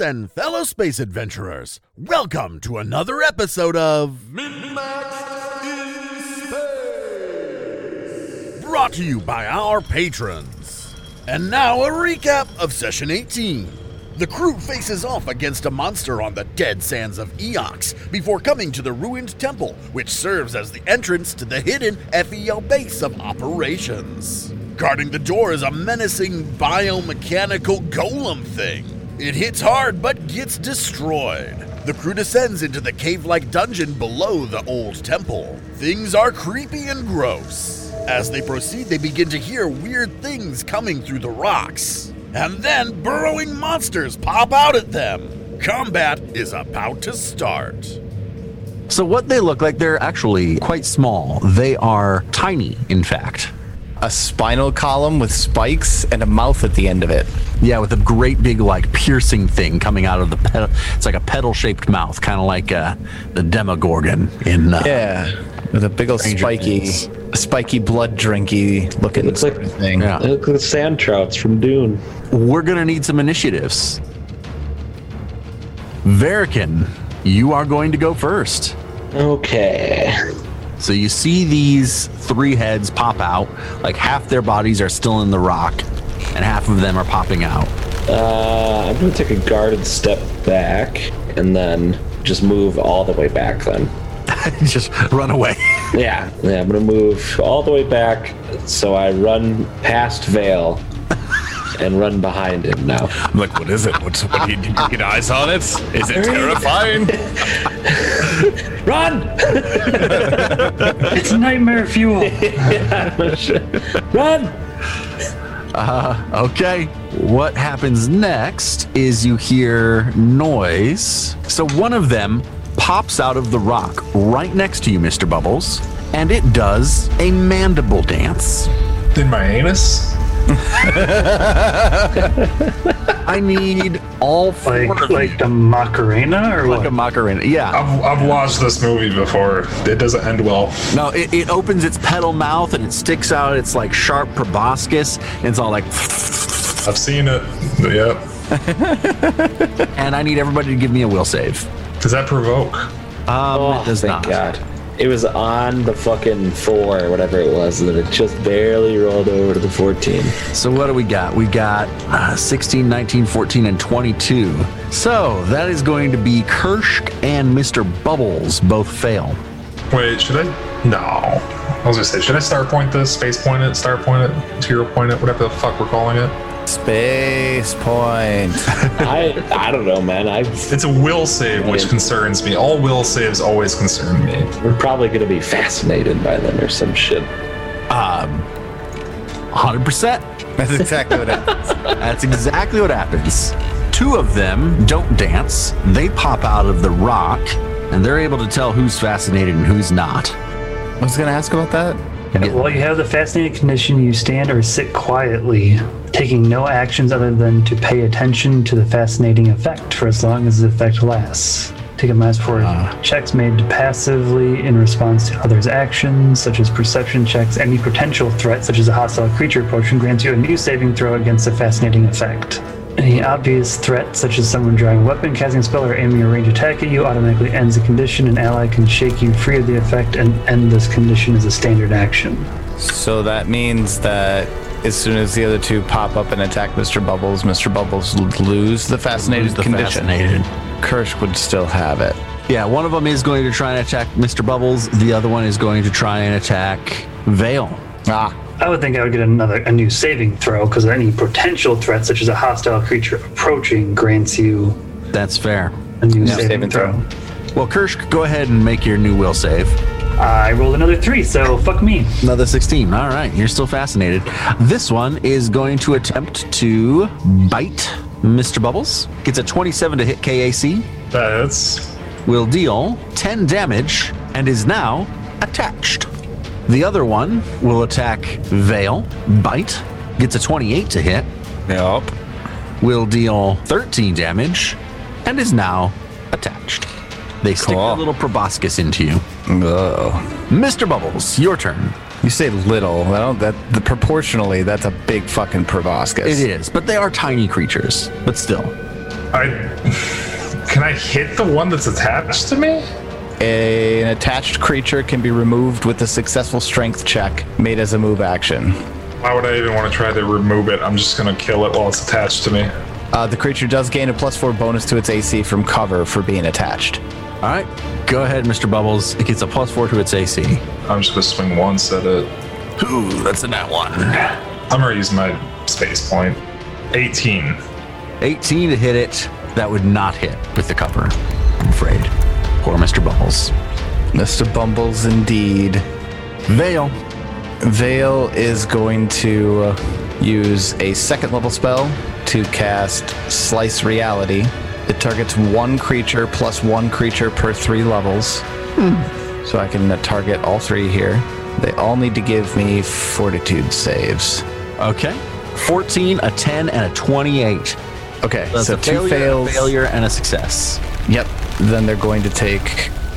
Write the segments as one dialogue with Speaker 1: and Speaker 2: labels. Speaker 1: and fellow space adventurers, welcome to another episode of brought to you by our patrons. And now a recap of session 18. The crew faces off against a monster on the dead sands of Eox before coming to the ruined temple, which serves as the entrance to the hidden FEL base of operations. Guarding the door is a menacing biomechanical golem thing. It hits hard but gets destroyed. The crew descends into the cave like dungeon below the old temple. Things are creepy and gross. As they proceed, they begin to hear weird things coming through the rocks. And then burrowing monsters pop out at them. Combat is about to start.
Speaker 2: So what they look like, they're actually quite small. They are tiny, in fact.
Speaker 3: a spinal column with spikes and a mouth at the end of it.
Speaker 2: Yeah, with a great big like piercing thing coming out of the pedal. It's like a pedal-shaped mouth, kind of like uh, the Demogorgon in. Uh,
Speaker 3: Yeah, with a big old
Speaker 2: Stranger
Speaker 3: spiky,
Speaker 2: Things.
Speaker 3: spiky blood drinky looking
Speaker 4: Looks like-
Speaker 3: sort of thing.
Speaker 2: Yeah.
Speaker 4: They look like the sand trouts from Dune.
Speaker 2: We're gonna need some initiatives. Varican, you are going to go first.
Speaker 4: Okay.
Speaker 2: So you see these three heads pop out. Like half their bodies are still in the rock, and half of them are popping out.
Speaker 4: Uh, I'm gonna take a guarded step back and then just move all the way back then.
Speaker 2: Just run away.
Speaker 4: Yeah, yeah, I'm gonna move all the way back so I run past Vale and run behind him now.
Speaker 5: I'm like, what is it? What's, what do you, do you get eyes on it? Is it terrifying?
Speaker 4: Run!
Speaker 6: It's nightmare fuel.
Speaker 2: Um,
Speaker 4: Run!
Speaker 2: Okay. What happens next is you hear noise. So one of them pops out of the rock right next to you, Mr. Bubbles, and it does a mandible dance.
Speaker 5: In my anus?
Speaker 2: I need all four
Speaker 6: Like
Speaker 2: of
Speaker 6: like Oh. the Macarena or
Speaker 2: like a
Speaker 6: what?
Speaker 2: Macarena. Yeah.
Speaker 5: I've, I've watched this movie before. It doesn't end well.
Speaker 2: No, it, it opens its petal mouth and it sticks out its like sharp proboscis and it's all like
Speaker 5: I've seen it. Yep.
Speaker 2: and I need everybody to give me a will save.
Speaker 5: Does that provoke?
Speaker 2: Um
Speaker 4: Oh,
Speaker 2: it does not.
Speaker 4: thank God. It was on the fucking four, whatever it was, and it just barely rolled over to the 14.
Speaker 2: So what do we got? We got uh, 16, 19, 14, and 22. So that is going to be Kirsch and Mr. Bubbles both fail.
Speaker 5: Wait, should I? No. I was gonna say, should I star point this, space point it, star point it, zero point it, whatever the fuck we're calling it?
Speaker 3: Space point.
Speaker 4: I I don't know, man. I
Speaker 5: It's a will save, which concerns me. All will saves always concern me.
Speaker 4: we're probably gonna be fascinated by them or some shit.
Speaker 2: 100%.
Speaker 3: That's exactly what it is.
Speaker 2: That's exactly what happens. Two of them don't dance. They pop out of the rock and they're able to tell who's fascinated and who's not.
Speaker 3: I was gonna ask about that.
Speaker 6: While you have the fascinated condition, you stand or sit quietly, taking no actions other than to pay attention to the fascinating effect for as long as the effect lasts. Take a minus for checks made passively in response to others' actions, such as perception checks. Any potential threat, such as a hostile creature approaching, grants you a new saving throw against the fascinating effect. Any obvious threat, such as someone drawing a weapon, casting a spell, or aiming a range attack at you, automatically ends the condition. An ally can shake you free of the effect and end this condition as a standard action.
Speaker 3: So that means that as soon as the other two pop up and attack Mr. Bubbles, Mr. Bubbles l- lose the fascinated
Speaker 2: Who's the
Speaker 3: condition.
Speaker 2: fascinated?
Speaker 3: Kirsch would still have it.
Speaker 2: Yeah, one of them is going to try and attack Mr. Bubbles. The other one is going to try and attack Vale.
Speaker 3: Ah,
Speaker 6: I would think I would get another a new saving throw because any potential threat, such as a hostile creature approaching, grants you
Speaker 2: That's fair.
Speaker 6: a new saving,
Speaker 3: saving
Speaker 6: throw.
Speaker 3: throw.
Speaker 2: Well, Kirsch, go ahead and make your new will save.
Speaker 6: I rolled another three, so fuck me.
Speaker 2: Another 16. All right. You're still fascinated. This one is going to attempt to bite Mr. Bubbles. Gets a 27 to hit KAC,
Speaker 5: That's
Speaker 2: will deal 10 damage, and is now attached. The other one will attack Veil, bite, gets a 28 to hit,
Speaker 3: yep.
Speaker 2: will deal 13 damage, and is now attached. They stick
Speaker 3: Cool.
Speaker 2: a little proboscis into you.
Speaker 3: Oh.
Speaker 2: Mr. Bubbles, your turn.
Speaker 3: You say little. I don't, that the proportionally, that's a big fucking proboscis.
Speaker 2: It is, but they are tiny creatures, but still.
Speaker 5: I can I hit the one that's attached to me?
Speaker 3: an attached creature can be removed with a successful strength check made as a move action.
Speaker 5: Why would I even want to try to remove it? I'm just gonna kill it while it's attached to me.
Speaker 3: Uh, the creature does gain a plus four bonus to its AC from cover for being attached.
Speaker 2: All right, go ahead, Mr. Bubbles. It gets a plus four to its AC.
Speaker 5: I'm just gonna swing once at it.
Speaker 2: Ooh, that's a nat one.
Speaker 5: I'm gonna use my space point. 18.
Speaker 2: 18 to hit it. That would not hit with the cover, I'm afraid. Poor Mr. Bubbles.
Speaker 3: Mr. Bumbles, indeed.
Speaker 2: Veil.
Speaker 3: Vale is going to uh, use a second level spell to cast Slice Reality. It targets one creature plus one creature per three levels.
Speaker 2: Hmm.
Speaker 3: So I can uh, target all three here. They all need to give me fortitude saves.
Speaker 2: Okay. 14, a 10, and a 28.
Speaker 3: Okay,
Speaker 2: That's
Speaker 3: so
Speaker 2: a failure,
Speaker 3: two fails.
Speaker 2: a failure, and a success.
Speaker 3: Yep. Then they're going to take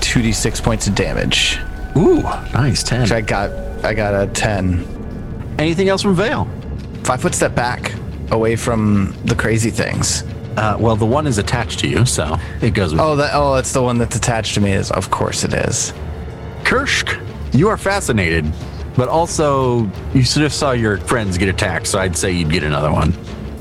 Speaker 3: 2d6 points of damage.
Speaker 2: Ooh, nice 10.
Speaker 3: Which I got I got a 10.
Speaker 2: Anything else from Veil?
Speaker 3: Five foot step back away from the crazy things.
Speaker 2: Uh, well, the one is attached to you, so it goes with
Speaker 3: Oh, that oh, it's the one that's attached to me. Is of course it is.
Speaker 2: Kirschk, you are fascinated, but also you sort of saw your friends get attacked, so I'd say you'd get another one.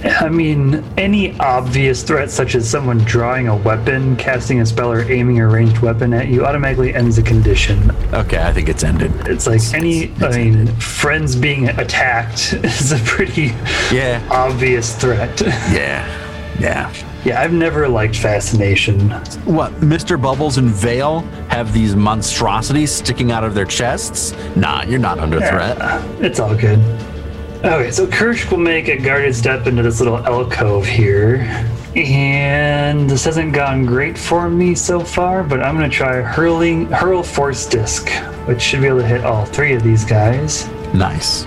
Speaker 6: I mean, any obvious threat, such as someone drawing a weapon, casting a spell, or aiming a ranged weapon at you, automatically ends the condition.
Speaker 2: Okay, I think it's ended.
Speaker 6: It's like any, I mean, friends being attacked is a pretty
Speaker 2: Yeah.
Speaker 6: obvious threat.
Speaker 2: Yeah. Yeah.
Speaker 6: yeah, I've never liked fascination.
Speaker 2: What, Mr. Bubbles and Vale have these monstrosities sticking out of their chests? Nah, you're not under threat.
Speaker 6: It's all good. Okay, so Kirsch will make a guarded step into this little alcove here. And this hasn't gone great for me so far, but I'm gonna try hurling hurl force disc, which should be able to hit all three of these guys.
Speaker 2: Nice.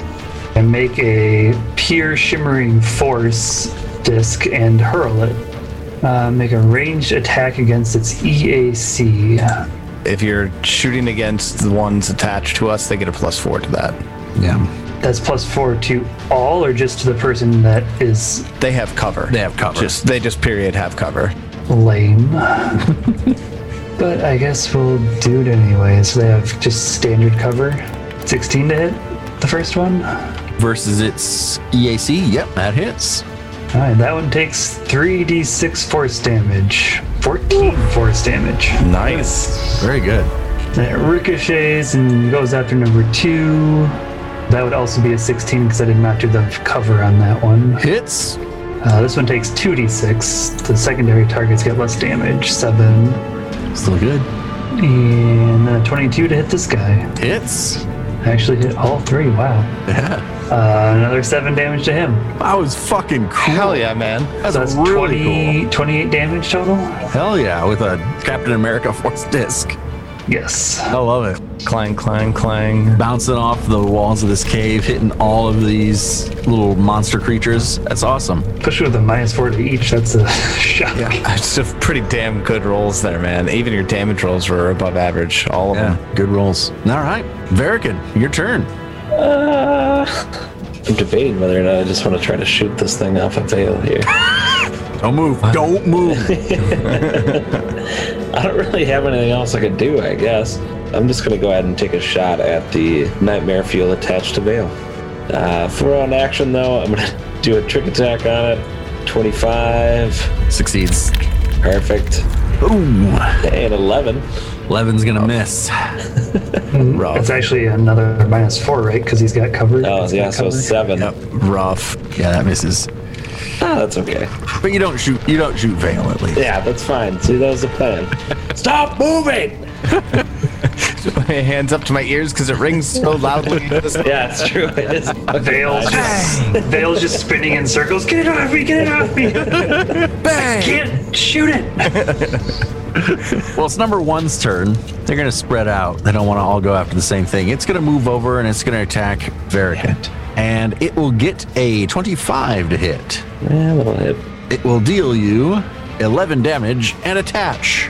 Speaker 6: And make a pure shimmering force disc and hurl it. Uh, make a ranged attack against its E EAC.
Speaker 3: If you're shooting against the ones attached to us, they get a plus four to that.
Speaker 2: Yeah.
Speaker 6: That's plus four to all, or just to the person that is
Speaker 3: They have cover.
Speaker 2: They have cover.
Speaker 3: Just they just period have cover.
Speaker 6: lame. but I guess we'll do it anyway. So they have just standard cover. 16 to hit the first one. All
Speaker 2: Versus its EAC. Yep, that hits.
Speaker 6: right, that one takes 3d6 force damage. 14 force damage.
Speaker 3: Nice.
Speaker 2: Very good.
Speaker 6: It ricochets and goes after number two. That would also be a 16 because I did not do the cover on that one.
Speaker 2: Hits.
Speaker 6: Uh, this one takes 2d6. The secondary targets get less damage. Seven.
Speaker 2: Still good.
Speaker 6: And then a 22 to hit this guy.
Speaker 2: Hits.
Speaker 6: I actually hit all three. Wow.
Speaker 2: Yeah.
Speaker 6: Uh, another seven damage to him.
Speaker 2: I was fucking cool.
Speaker 3: Hell yeah, man.
Speaker 2: That's,
Speaker 6: So that's
Speaker 2: really
Speaker 6: 20, 28 damage total.
Speaker 2: cool. Hell yeah, with a Captain America Force disc.
Speaker 6: Yes.
Speaker 2: I love it.
Speaker 3: Clang, clang, clang.
Speaker 2: Bouncing off the walls of this cave, hitting all of these little monster creatures. That's awesome.
Speaker 6: Push with a minus four to each. That's a shock.
Speaker 3: That's just pretty damn good rolls there, man. Even your damage rolls were above average, all of them.
Speaker 2: Yeah, good rolls. All right, Varican, your turn.
Speaker 4: I'm debating whether or not I just want to try to shoot this thing off a veil here.
Speaker 2: Don't move. Don't move.
Speaker 4: I don't really have anything else I could do, I guess. I'm just gonna go ahead and take a shot at the nightmare fuel attached to Veil. Uh, for on action though, I'm gonna do a trick attack on it. 25,
Speaker 2: Succeeds.
Speaker 4: perfect,
Speaker 2: Ooh,
Speaker 4: and 11.
Speaker 2: Levin's gonna miss.
Speaker 6: It's actually another minus four, right? Because he's got cover.
Speaker 4: Oh
Speaker 6: He's got
Speaker 4: yeah, so
Speaker 6: cover.
Speaker 4: seven.
Speaker 2: Rough. Yeah, that misses.
Speaker 4: Ah, that's okay.
Speaker 2: But you don't shoot. You don't shoot Vale at least.
Speaker 4: Yeah, that's fine. See, that was the plan. Stop moving.
Speaker 3: Put my hands up to my ears because it rings so loudly.
Speaker 4: Yeah, it's true. It is.
Speaker 6: Vale's just, Vale's just spinning in circles. Get it off me! Get it off me!
Speaker 2: Bang!
Speaker 6: Can't shoot it!
Speaker 2: Well, it's number one's turn. They're gonna spread out. They don't want to all go after the same thing. It's gonna move over and it's gonna attack Varican, and it will get a 25 to hit.
Speaker 4: Yeah, that'll hit.
Speaker 2: It will deal you 11 damage and attach.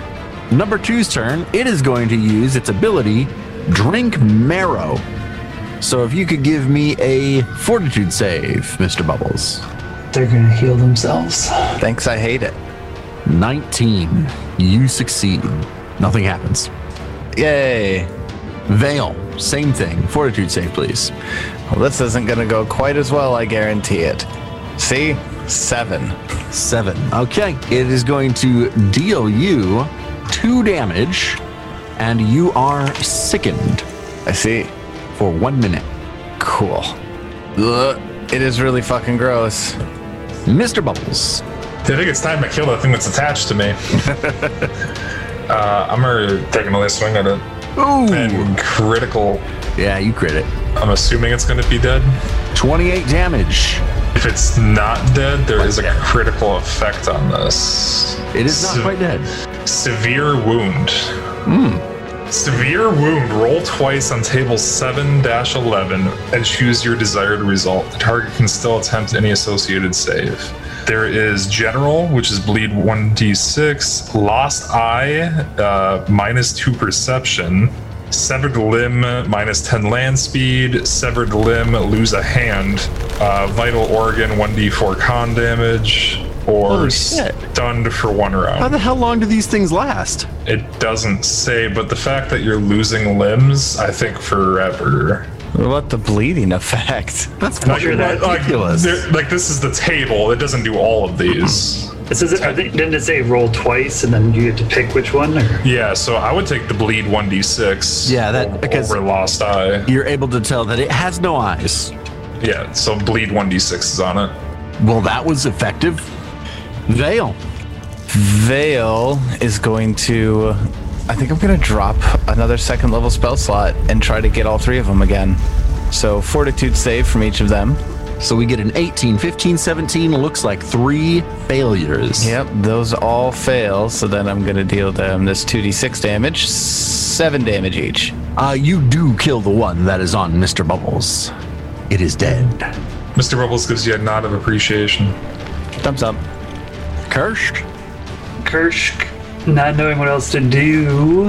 Speaker 2: Number two's turn, it is going to use its ability, Drink Marrow. So if you could give me a fortitude save, Mr. Bubbles.
Speaker 6: They're gonna heal themselves.
Speaker 3: Thanks, I hate it.
Speaker 2: 19. You succeed. Nothing happens.
Speaker 3: Yay.
Speaker 2: Veil, same thing. Fortitude save, please.
Speaker 3: Well, this isn't going to go quite as well, I guarantee it. See? Seven.
Speaker 2: Seven. Okay. It is going to deal you two damage, and you are sickened
Speaker 3: I see.
Speaker 2: for one minute.
Speaker 3: Cool. Ugh, it is really fucking gross.
Speaker 2: Mr. Bubbles,
Speaker 5: I think it's time to kill that thing that's attached to me. uh, I'm gonna take another swing at it. Ooh. And critical.
Speaker 2: yeah, you crit it.
Speaker 5: I'm assuming it's gonna be dead.
Speaker 2: 28 damage.
Speaker 5: If it's not dead, there is a critical effect on this.
Speaker 2: It is not
Speaker 5: Se-
Speaker 2: quite dead.
Speaker 5: Severe wound.
Speaker 2: Hmm.
Speaker 5: Severe wound. Roll twice on table 7 11 and choose your desired result. The target can still attempt any associated save. There is general, which is bleed 1d6, lost eye, uh, minus 2 perception, severed limb, minus 10 land speed, severed limb, lose a hand, uh, vital organ, 1d4 con damage, or
Speaker 2: Holy shit.
Speaker 5: stunned for one round.
Speaker 2: How the hell long do these things last?
Speaker 5: It doesn't say, but the fact that you're losing limbs, I think forever.
Speaker 3: What about the bleeding effect?
Speaker 2: That's
Speaker 5: Like,
Speaker 2: fucking
Speaker 5: like- like,
Speaker 2: ridiculous.
Speaker 5: they're- like, this is the table. It doesn't do all of these.
Speaker 6: This is, I think, didn't it say roll twice and then you get to pick which one? Or?
Speaker 5: Yeah, so I would take the bleed 1d6.
Speaker 2: Yeah, that-
Speaker 5: o-
Speaker 2: because-
Speaker 5: over lost eye.
Speaker 2: You're able to tell that it has no eyes.
Speaker 5: Yeah, so bleed 1d6 is on it.
Speaker 2: Well, that was effective. Veil.
Speaker 3: Veil is going to. I think I'm going to drop another second level spell slot and try to get all three of them again. So, fortitude save from each of them.
Speaker 2: So we get an 18, 15, 17. Looks like three failures.
Speaker 3: Yep, those all fail. So then I'm going to deal them this 2d6 damage, 7 damage each.
Speaker 2: Uh, you do kill the one that is on Mr. Bubbles. It is dead.
Speaker 5: Mr. Bubbles gives you a nod of appreciation.
Speaker 3: Thumbs up.
Speaker 2: Cursed.
Speaker 6: Kirsch, not knowing what else to do.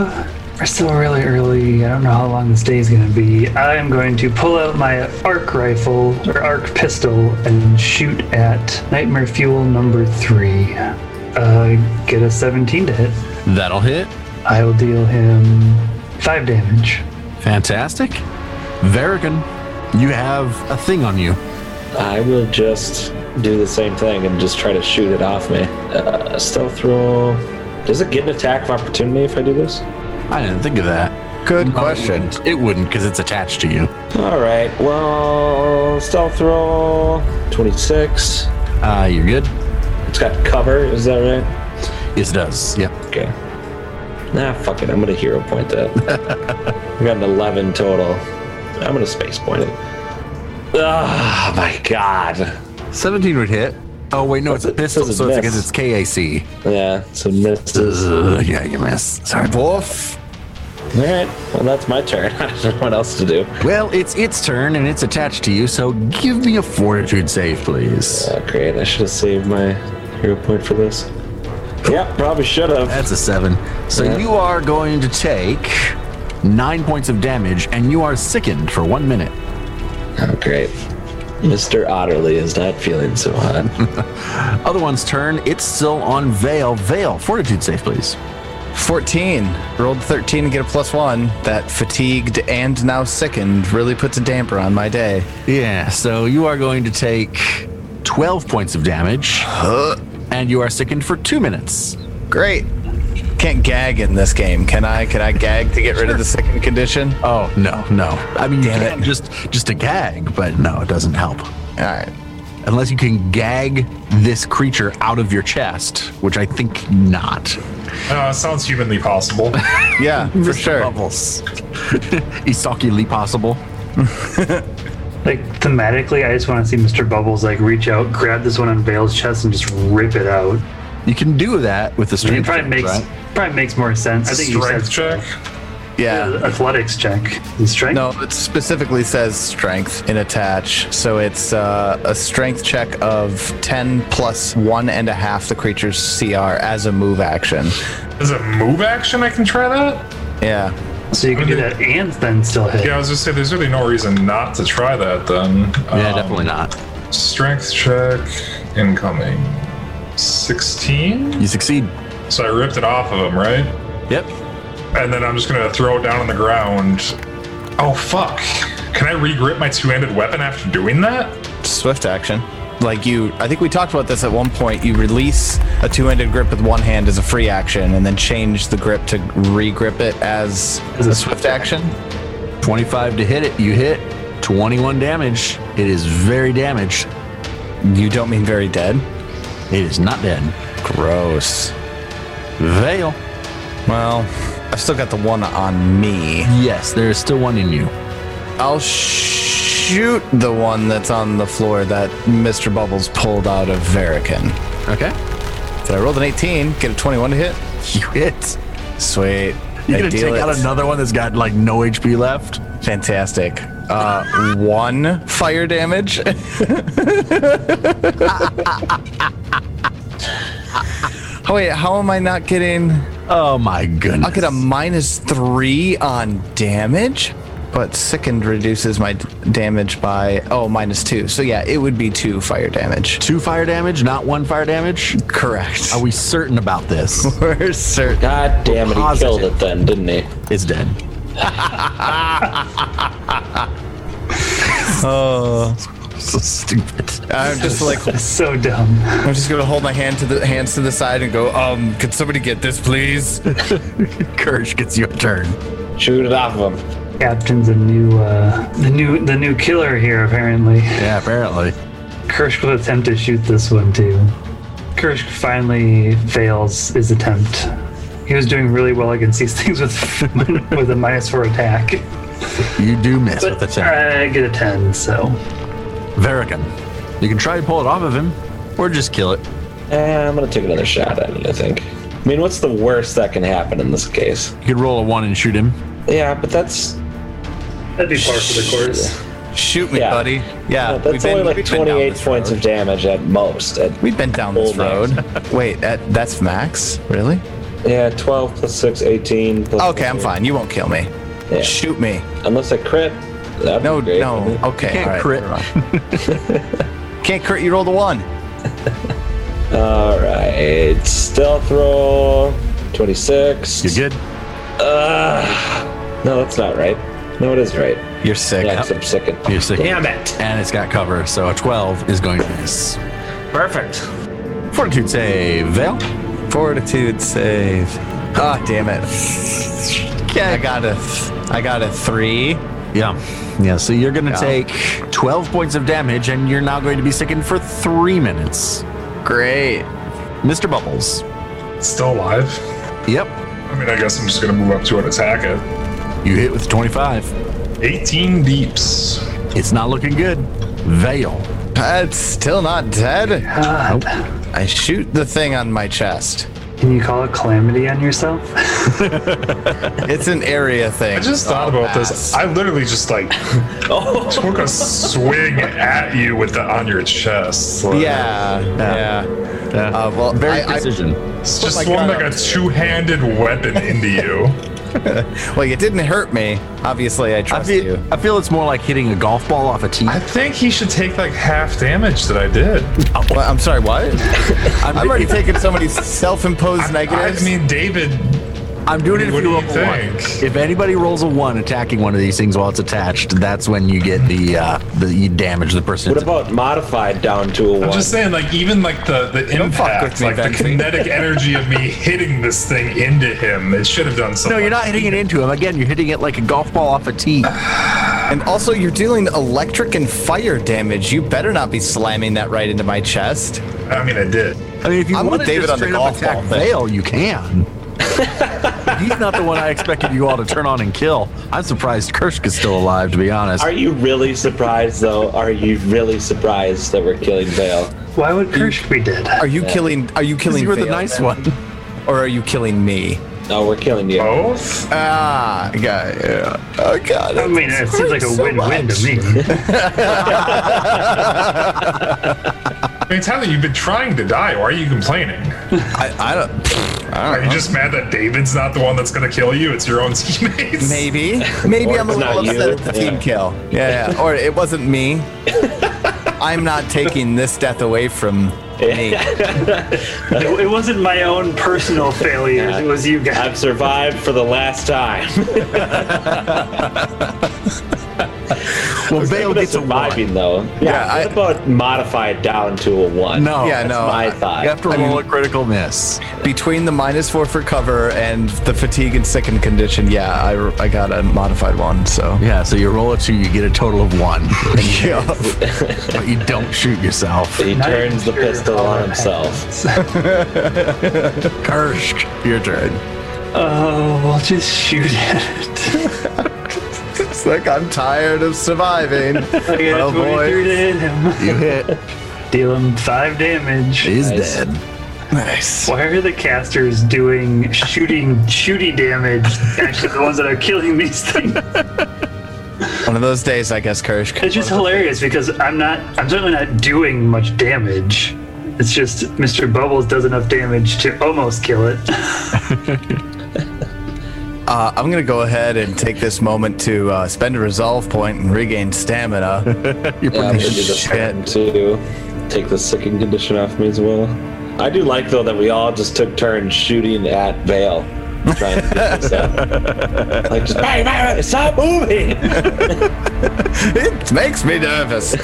Speaker 6: We're still really early. I don't know how long this day is going to be. I am going to pull out my arc rifle or arc pistol and shoot at Nightmare Fuel number three. Uh, get a 17 to hit.
Speaker 2: That'll hit.
Speaker 6: I will deal him five damage.
Speaker 2: Fantastic. Varigan, you have a thing on you.
Speaker 4: I will just do the same thing and just try to shoot it off me. Uh, stealth roll. Does it get an attack of opportunity if I do this?
Speaker 2: I didn't think of that.
Speaker 3: Good
Speaker 2: It
Speaker 3: question.
Speaker 2: wouldn't- It wouldn't because it's attached to you.
Speaker 4: All right. Well, stealth roll. Twenty-six.
Speaker 2: Uh, you're good.
Speaker 4: It's got cover. Is that right?
Speaker 2: Yes, it does. Yep.
Speaker 4: Okay. Nah, fuck it. I'm gonna hero point that. I got an eleven total. I'm gonna space point it. Oh my god.
Speaker 2: 17 would hit. Oh, wait, no, it's a pistol,
Speaker 4: This is
Speaker 2: so it's
Speaker 4: miss.
Speaker 2: because it's KAC.
Speaker 4: Yeah. So misses.
Speaker 2: Ugh, yeah, you miss. Sorry. Wolf.
Speaker 4: All right. Well, that's my turn. I don't know what else to do.
Speaker 2: Well, it's its turn and it's attached to you, so give me a fortitude save, please.
Speaker 4: Oh, great. I should have saved my hero point for this. Yep, probably should have.
Speaker 2: That's a seven. So
Speaker 4: Yeah.
Speaker 2: you are going to take nine points of damage and you are sickened for one minute.
Speaker 4: Oh, great. Mr. Otterly is not feeling so hot.
Speaker 2: Other one's turn, it's still on Veil. Veil, fortitude save, please.
Speaker 3: 14. Rolled 13 to get a plus 1. That fatigued and now sickened really puts a damper on my day.
Speaker 2: Yeah, so you are going to take 12 points of damage and you are sickened for two minutes.
Speaker 3: Great. Can't gag in this game, can I? Can I gag to get rid of the sickened condition? All
Speaker 2: Oh no, no. I mean, you
Speaker 3: Damn
Speaker 2: can
Speaker 3: it.
Speaker 2: just just a gag, but no, it doesn't help
Speaker 3: right.
Speaker 2: unless you can gag this creature out of your chest, which I think not.
Speaker 5: Uh, sounds humanly possible.
Speaker 3: Yeah, for sure.
Speaker 2: Bubbles, Isaki Lee possible.
Speaker 6: Like thematically, I just want to see Mr. Bubbles like reach out, grab this one on Vale's chest, and just rip it out.
Speaker 2: You can do that with the
Speaker 6: It
Speaker 2: strength.
Speaker 6: probably
Speaker 2: check,
Speaker 6: makes
Speaker 2: right?
Speaker 6: probably makes more sense. I think you
Speaker 5: Strength
Speaker 6: said
Speaker 5: check.
Speaker 3: Yeah.
Speaker 6: athletics check. And strength.
Speaker 3: No, it specifically says strength in attach. So it's uh, a strength check of 10 plus one and a half the creature's CR as a move action.
Speaker 5: Is it move action? I can try that.
Speaker 3: Yeah.
Speaker 6: So you can do that and then still hit.
Speaker 5: Yeah, I was just saying, there's really no reason not to try that then.
Speaker 3: uh,
Speaker 2: Yeah,
Speaker 5: Um,
Speaker 2: definitely not.
Speaker 5: Strength check incoming. 16?
Speaker 2: You succeed.
Speaker 5: So I ripped it off of him, right?
Speaker 2: Yep.
Speaker 5: And then I'm just gonna throw it down on the ground. Oh fuck. Can I regrip my two-handed weapon after doing that?
Speaker 3: Swift action. Like you, I think we talked about this at one point. You release a two-handed grip with one hand as a free action, and then change the grip to re-grip it as, as a swift action.
Speaker 2: 25 to hit it. You hit 21 damage. It is very damaged.
Speaker 3: You don't mean very dead.
Speaker 2: It is not dead.
Speaker 3: Gross.
Speaker 2: Veil.
Speaker 3: Well, I've still got the one on me.
Speaker 2: Yes, there is still one in you.
Speaker 3: I'll shoot the one that's on the floor that Mr. Bubbles pulled out of Varican.
Speaker 2: Okay.
Speaker 3: So I rolled an 18, get a 21 to hit.
Speaker 2: You hit.
Speaker 3: Sweet.
Speaker 2: You're
Speaker 3: I
Speaker 2: gonna
Speaker 3: deal
Speaker 2: take
Speaker 3: it.
Speaker 2: out another one that's got like no HP left.
Speaker 3: Fantastic. Uh, one fire damage. oh, wait, how am I not getting.
Speaker 2: Oh my goodness.
Speaker 3: I'll get a minus three on damage, but sickened reduces my d- damage by, oh, minus two. So yeah, it would be two fire damage.
Speaker 2: two fire damage, not one fire damage.
Speaker 3: Correct.
Speaker 2: Are we certain about this?
Speaker 3: We're certain.
Speaker 4: God damn it, he
Speaker 2: Positive.
Speaker 4: killed it then, didn't he?
Speaker 2: It's dead.
Speaker 3: Oh,
Speaker 2: So stupid.
Speaker 3: I'm just like
Speaker 6: That's so dumb.
Speaker 3: I'm just gonna hold my hand to the hands to the side and go. Um, could somebody get this, please?
Speaker 2: Courage gets you a turn.
Speaker 4: Shoot it off of him.
Speaker 6: Captain's a new, uh, the new, the new killer here. Apparently,
Speaker 2: Yeah, apparently.
Speaker 6: Kirsch will attempt to shoot this one too. Kirsch finally fails his attempt. He was doing really well against these things with with a minus four attack.
Speaker 2: You do miss with the
Speaker 6: But
Speaker 2: ten.
Speaker 6: I get a ten, so
Speaker 2: Varican. You can try to pull it off of him, or just kill it.
Speaker 4: Eh, I'm gonna take another shot at it, I think. I mean, what's the worst that can happen in this case?
Speaker 2: You could roll a one and shoot him.
Speaker 4: Yeah, but that's
Speaker 3: Uh,
Speaker 6: that'd be par for the course.
Speaker 3: Shoot me,
Speaker 4: Yeah.
Speaker 3: buddy. Yeah,
Speaker 4: uh, that's only like
Speaker 3: we've been down
Speaker 4: 28
Speaker 3: this
Speaker 4: points
Speaker 3: road.
Speaker 4: of damage at most. At,
Speaker 3: We've been down this
Speaker 4: Old max.
Speaker 3: road. Wait, that, that's max, really?
Speaker 4: yeah, 12 plus 6, 18. Plus
Speaker 3: Okay, I'm fine. You won't kill me.
Speaker 4: Yeah.
Speaker 3: Shoot me.
Speaker 4: Unless I crit. That'd
Speaker 3: No,
Speaker 4: be great,
Speaker 3: no.
Speaker 4: wouldn't it?
Speaker 3: Okay,
Speaker 2: Can't
Speaker 3: all right,
Speaker 2: crit.
Speaker 3: never mind. Can't crit. You rolled a one.
Speaker 4: All right. Stealth roll. 26.
Speaker 2: You're good.
Speaker 4: Ugh. no, that's not right. No, it is right.
Speaker 3: You're sick.
Speaker 4: Yeah, 'cause I'm sick. of-
Speaker 2: You're sick.
Speaker 4: Damn it.
Speaker 2: And it's got cover, so a 12 is going to miss.
Speaker 4: Perfect.
Speaker 2: Fortitude save, Vale.
Speaker 3: Fortitude save. Ah, damn it. I got a, th- I got a three.
Speaker 2: Yeah. Yeah, so you're going to
Speaker 3: Yeah.
Speaker 2: take 12 points of damage, and you're now going to be sickened for three minutes.
Speaker 3: Great.
Speaker 2: Mr. Bubbles.
Speaker 5: Still alive.
Speaker 2: Yep.
Speaker 5: I mean I guess I'm just gonna move up to it and attack it.
Speaker 2: You hit with 25.
Speaker 5: 18 deeps.
Speaker 2: It's not looking good. Vale.
Speaker 3: It's still not dead.
Speaker 6: God.
Speaker 3: I shoot the thing on my chest.
Speaker 6: Ah, Can you call a calamity on yourself?
Speaker 3: It's an area thing.
Speaker 5: I just thought about this. I literally just like took a swing at you with the on your chest. Like,
Speaker 3: yeah, yeah. Uh, well,
Speaker 2: Very
Speaker 3: I- I-
Speaker 2: precision.
Speaker 5: It's
Speaker 3: Put my
Speaker 5: just one
Speaker 3: gun
Speaker 5: like
Speaker 3: up.
Speaker 5: a two-handed weapon into you.
Speaker 3: like it didn't hurt me. Obviously, I
Speaker 2: I
Speaker 3: trust
Speaker 2: feel,
Speaker 3: you.
Speaker 2: I feel it's more like hitting a golf ball off a tee.
Speaker 5: I think he should take like half damage that I did.
Speaker 3: Well, I'm sorry. What?
Speaker 2: I'm,
Speaker 3: I'm already taking so many self-imposed
Speaker 5: I
Speaker 3: negatives.
Speaker 5: mean, David.
Speaker 2: I'm doing it if
Speaker 5: What
Speaker 2: you
Speaker 5: do
Speaker 2: roll
Speaker 5: you
Speaker 2: a one.
Speaker 5: think?
Speaker 2: If anybody rolls a one attacking one of these things while it's attached, that's when you get the uh, the you damage the person.
Speaker 4: What about modified down to a 1?
Speaker 5: I'm just saying, like even like the the
Speaker 3: fuck
Speaker 5: impact,
Speaker 3: with me,
Speaker 5: like the
Speaker 3: Benji.
Speaker 5: kinetic energy of me hitting this thing into him, it should have done something.
Speaker 2: no, you're not hitting it into him. Again, you're hitting it like a golf ball off a tee.
Speaker 3: and also, you're dealing electric and fire damage. You better not be slamming that right into my chest.
Speaker 5: I mean, I did.
Speaker 2: I mean, if you
Speaker 3: I'm with
Speaker 2: want to
Speaker 3: David
Speaker 2: just
Speaker 3: on the
Speaker 2: straight up
Speaker 3: golf
Speaker 2: attack
Speaker 3: ball thing.
Speaker 2: Vale, you can. He's not the one I expected you all to turn on and kill. I'm surprised Kursk is still alive, to be honest.
Speaker 4: Are you really surprised, though? Are you really surprised that we're killing Vale?
Speaker 6: Why would Kirsch be dead?
Speaker 3: Are you killing? Are you killing?
Speaker 2: you were the
Speaker 3: Vale,
Speaker 2: nice
Speaker 3: then?
Speaker 2: one.
Speaker 3: or are you killing me?
Speaker 4: No, we're killing
Speaker 5: Oh.
Speaker 4: you.
Speaker 5: Both.
Speaker 3: Ah, got yeah. Oh god.
Speaker 6: I mean, it seems like a
Speaker 3: so
Speaker 6: win-win
Speaker 3: much.
Speaker 6: to me.
Speaker 5: I mean, Tyler, you've been trying to die. Why are you complaining?
Speaker 3: I, I don't. I
Speaker 5: Are
Speaker 3: don't
Speaker 5: you
Speaker 3: know.
Speaker 5: just mad that David's not the one that's gonna kill you? It's your own teammates.
Speaker 3: Maybe. Maybe
Speaker 4: Or
Speaker 3: I'm a
Speaker 4: it's
Speaker 3: little
Speaker 4: not
Speaker 3: upset
Speaker 4: you.
Speaker 3: at the
Speaker 4: Yeah.
Speaker 3: team kill. Yeah, yeah. Or it wasn't me. I'm not taking this death away from
Speaker 6: It, it wasn't my own personal failures. It was you guys.
Speaker 4: I've survived for the last time.
Speaker 7: Well, Bale
Speaker 4: Even
Speaker 7: gets a one.
Speaker 4: surviving though. Yeah.
Speaker 3: Yeah,
Speaker 4: what about modify it down to a one?
Speaker 7: No.
Speaker 3: yeah,
Speaker 4: Oh, that's
Speaker 3: no.
Speaker 4: my thought.
Speaker 7: You have to
Speaker 3: I
Speaker 7: roll
Speaker 3: mean-
Speaker 7: a critical miss.
Speaker 3: Between the minus four for cover and the fatigue and sickened condition, yeah, I, I got a modified one. So
Speaker 7: Yeah, so you roll a two, you get a total of one,
Speaker 3: yeah.
Speaker 7: but you don't shoot yourself.
Speaker 4: He
Speaker 6: Not
Speaker 4: turns the
Speaker 6: even sure
Speaker 4: pistol
Speaker 6: how
Speaker 4: on
Speaker 6: that
Speaker 4: himself.
Speaker 6: happens.
Speaker 7: Kershk, your turn.
Speaker 6: Oh, we'll just shoot at it.
Speaker 3: It's like I'm tired of surviving.
Speaker 6: I got
Speaker 3: Oh,
Speaker 6: a 23 to
Speaker 3: boy.
Speaker 6: hit him.
Speaker 7: You hit.
Speaker 6: Deal him five damage.
Speaker 7: He's
Speaker 4: Nice.
Speaker 7: dead.
Speaker 3: Nice.
Speaker 6: Why are the casters doing shooting shooty damage? Actually, the ones that are killing these things.
Speaker 3: One of those days, I guess, Kirsch.
Speaker 6: It's just hilarious because I'm not. I'm certainly not doing much damage. It's just Mr. Bubbles does enough damage to almost kill it.
Speaker 3: Uh, I'm gonna go ahead and take this moment to uh, spend a resolve point and regain stamina.
Speaker 7: You're
Speaker 4: Yeah, I'm
Speaker 7: pretty
Speaker 4: gonna do the
Speaker 3: Shit.
Speaker 4: same too. Take the sickened condition off me as well. I do like though that we all just took turns shooting at Vale. Trying to get this up. Like just bang, bang, bang, stop moving.
Speaker 3: it makes me nervous.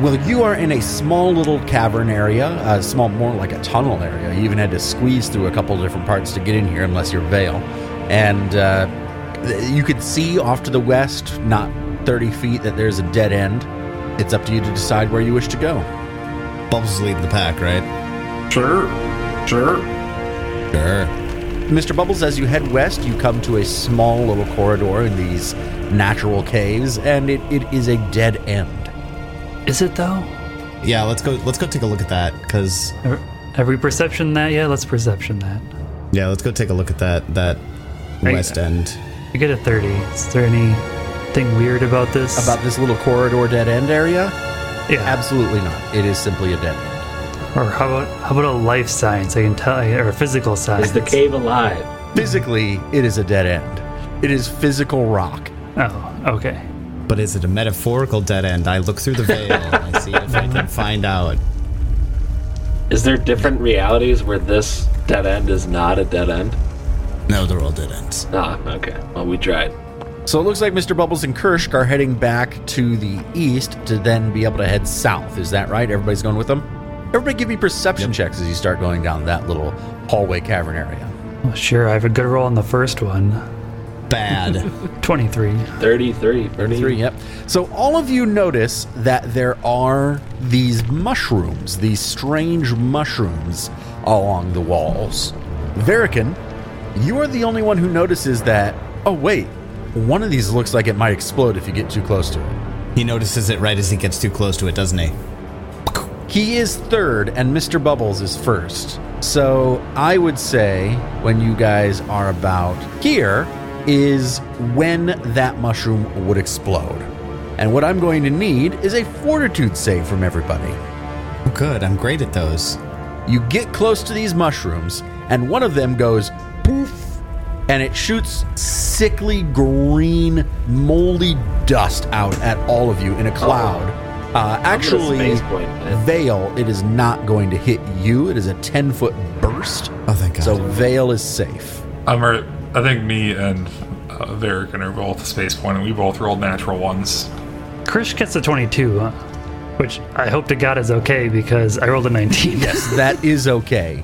Speaker 2: Well, you are in a small little cavern area, uh, small, more like a tunnel area. You even had to squeeze through a couple different parts to get in here, unless you're Vale. And uh, th- you could see off to the west, not 30 feet, that there's a dead end. It's up to you to decide where you wish to go.
Speaker 8: Bubbles lead the pack, right?
Speaker 5: Sure. Sure.
Speaker 8: Sure.
Speaker 2: Mr. Bubbles, as you head west, you come to a small little corridor in these natural caves, and it, it is a dead end.
Speaker 9: Is it though?
Speaker 8: Yeah, let's go. Let's go take a look at that. Cause
Speaker 9: Have have we perception that yet? Let's perception that.
Speaker 8: yeah, let's go take a look at that that
Speaker 9: Right.
Speaker 8: west end.
Speaker 9: You get a 30. Is there anything weird about this?
Speaker 2: About this little corridor dead end area?
Speaker 9: yeah.
Speaker 2: Absolutely not. It is simply a dead end.
Speaker 9: or how about how about a life science? I can tell, or a physical science.
Speaker 4: Is the cave alive?
Speaker 2: Physically, it is a dead end. It is physical rock.
Speaker 9: Oh, okay.
Speaker 8: But is it a metaphorical dead end? I look through the veil and I see if I can find out.
Speaker 4: Is there different realities where this dead end is not a dead end?
Speaker 8: No, they're all dead ends.
Speaker 4: Ah, okay. Well, we tried.
Speaker 2: So it looks like Mr. Bubbles and Kirsch are heading back to the east to then be able to head south. Is that right? Everybody's going with them? Everybody give me perception checks as you start going down that little hallway cavern area.
Speaker 9: Well, sure. I have a good roll on the first one.
Speaker 8: Bad.
Speaker 9: 23.
Speaker 4: 33. 33.
Speaker 2: Three, yep. So all of you notice that there are these mushrooms, these strange mushrooms along the walls. Varican, you are the only one who notices that. Oh wait, one of these looks like it might explode if you get too close to it.
Speaker 8: he notices it right as he gets too close to it, doesn't he?
Speaker 2: He is third, and Mr. Bubbles is first. So I would say when you guys are about here is when that mushroom would explode. And what I'm going to need is a fortitude save from everybody.
Speaker 8: Oh, good. I'm great at those.
Speaker 2: You get close to these mushrooms, and one of them goes poof, and it shoots sickly green, moldy dust out at all of you in a
Speaker 4: Oh.
Speaker 2: cloud. Uh, actually,
Speaker 4: space point, man.
Speaker 2: Veil, it is not going to hit you. It is a 10 foot burst.
Speaker 8: Oh, thank God.
Speaker 2: So Veil is safe.
Speaker 5: I'm. re- I think me and uh, Varican are both at space point, and we both rolled natural ones.
Speaker 9: Krish gets a 22, huh? Which I hope to God is okay because I rolled a 19. Yes.
Speaker 2: That is okay.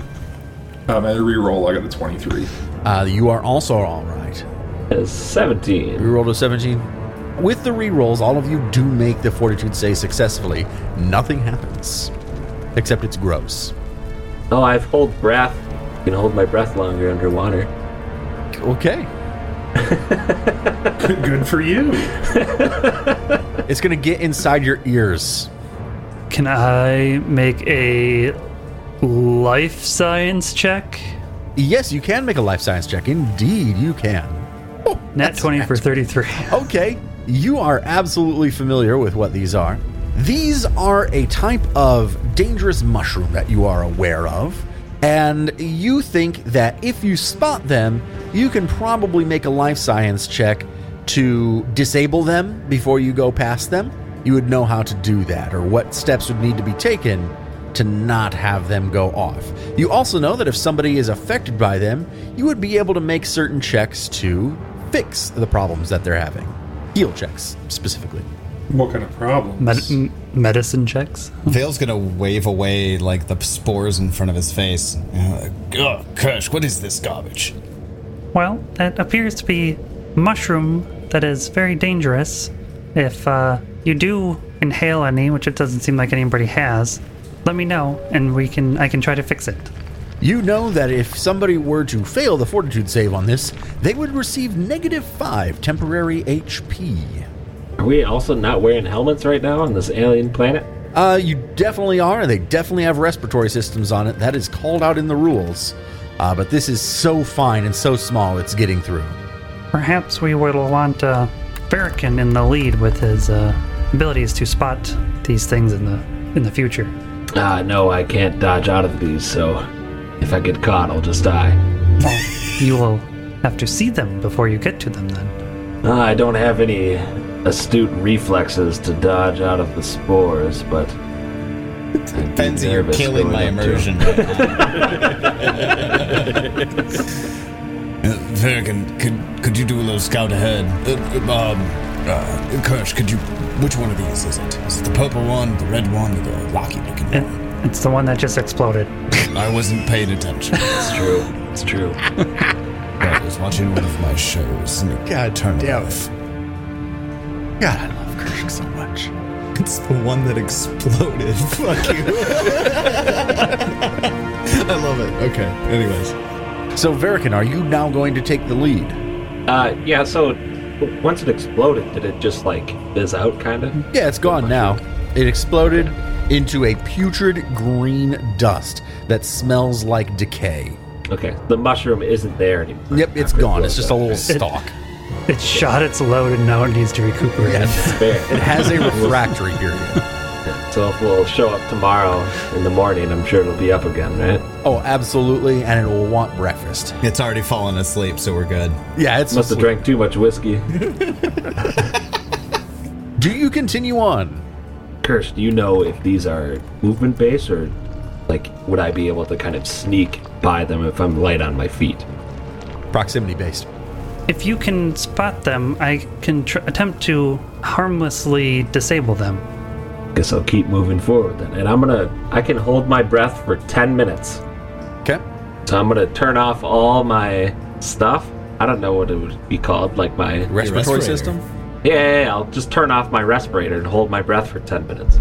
Speaker 5: Um, at a reroll, I got a 23.
Speaker 2: Uh, you are also all right.
Speaker 4: Is 17.
Speaker 2: We rolled a 17. With the rerolls, all of you do make the fortitude save successfully. Nothing happens, except it's gross.
Speaker 4: Oh, I've hold breath. I can hold my breath longer underwater.
Speaker 2: Okay.
Speaker 5: Good for you.
Speaker 2: It's going to get inside your ears.
Speaker 9: Can I make a life science check?
Speaker 2: Yes, you can make a life science check. Indeed, you can.
Speaker 9: Nat 20 for 33.
Speaker 4: Oh.
Speaker 2: Okay, you are absolutely familiar with what these are. These are a type of dangerous mushroom that you are aware of, and you think that if you spot them, you can probably make a life science check to disable them before you go past them. you would know how to do that or what steps would need to be taken to not have them go off. You also know that if somebody is affected by them, you would be able to make certain checks to fix the problems that they're having. Heal checks, specifically.
Speaker 5: What kind of problem?
Speaker 6: Med- m- medicine checks.
Speaker 3: Vale's gonna wave away like the spores in front of his face. Uh, oh, Kirsch, what is this garbage?
Speaker 6: Well, it appears to be mushroom that is very dangerous. If uh, you do inhale any, which it doesn't seem like anybody has, let me know and we can I can try to fix it.
Speaker 2: You know that if somebody were to fail the fortitude save on this, they would receive negative 5 temporary HP.
Speaker 10: Are we also not wearing helmets right now on this alien planet?
Speaker 2: Uh, you definitely are. They definitely have respiratory systems on it. That is called out in the rules. Uh, but this is so fine and so small, it's getting through.
Speaker 6: Perhaps we will want uh, Barrican in the lead with his uh, abilities to spot these things in the in the future.
Speaker 10: Ah, no, I can't dodge out of these, so if I get caught, I'll just die.
Speaker 6: You will have to see them before you get to them. Then
Speaker 10: Ah, I don't have any astute reflexes to dodge out of the spores, but. I'd be
Speaker 3: Benzie, you're
Speaker 10: nervous
Speaker 3: killing my
Speaker 10: going up to 'em.
Speaker 3: immersion. Verkin, could could you do a little scout ahead? Uh, um, uh, Kirsch, could you? Which one of these is it? Is it the purple one, the red one, or the rocky looking
Speaker 6: it,
Speaker 3: one?
Speaker 6: it's the one that just exploded.
Speaker 3: I wasn't paying attention.
Speaker 10: It's true. It's true.
Speaker 3: I was watching one of my shows. And it
Speaker 2: God
Speaker 3: turned
Speaker 2: damn it.
Speaker 3: off.
Speaker 2: God, I love Kershik so much.
Speaker 3: It's the one that exploded. Fuck you. I love it. Okay. Anyways.
Speaker 2: So, Verican, are you now going to take the lead?
Speaker 10: Uh, yeah, so w- once it exploded, did it just, like, fizz out, kind of?
Speaker 2: Yeah, it's gone now. It exploded into a putrid green dust that smells like decay.
Speaker 10: Okay, the mushroom isn't there anymore.
Speaker 2: Yep, it's gone. It's just a little stalk.
Speaker 6: It shot its load and now it needs to recuperate.
Speaker 10: Fair.
Speaker 2: It has a refractory period.
Speaker 10: So if we'll show up tomorrow in the morning, I'm sure it'll be up again, right?
Speaker 2: Oh, absolutely, and it will want breakfast.
Speaker 3: It's already fallen asleep, so we're good.
Speaker 2: Yeah, it's
Speaker 10: Must have
Speaker 2: asleep.
Speaker 10: drank too much whiskey.
Speaker 2: Do you continue on?
Speaker 10: Kirsch, do you know if these are movement based or like would I be able to kind of sneak by them if I'm light on my feet?
Speaker 2: Proximity based.
Speaker 6: If you can spot them, I can tr- attempt to harmlessly disable them.
Speaker 10: Guess I'll keep moving forward then. And I'm gonna I can hold my breath for ten minutes.
Speaker 2: Okay.
Speaker 10: So I'm gonna turn off all my stuff. I don't know what it would be called, like my
Speaker 2: Respiratory
Speaker 3: respirator.
Speaker 2: system?
Speaker 10: Yeah, yeah, yeah, I'll just turn off my respirator and hold my breath for ten minutes.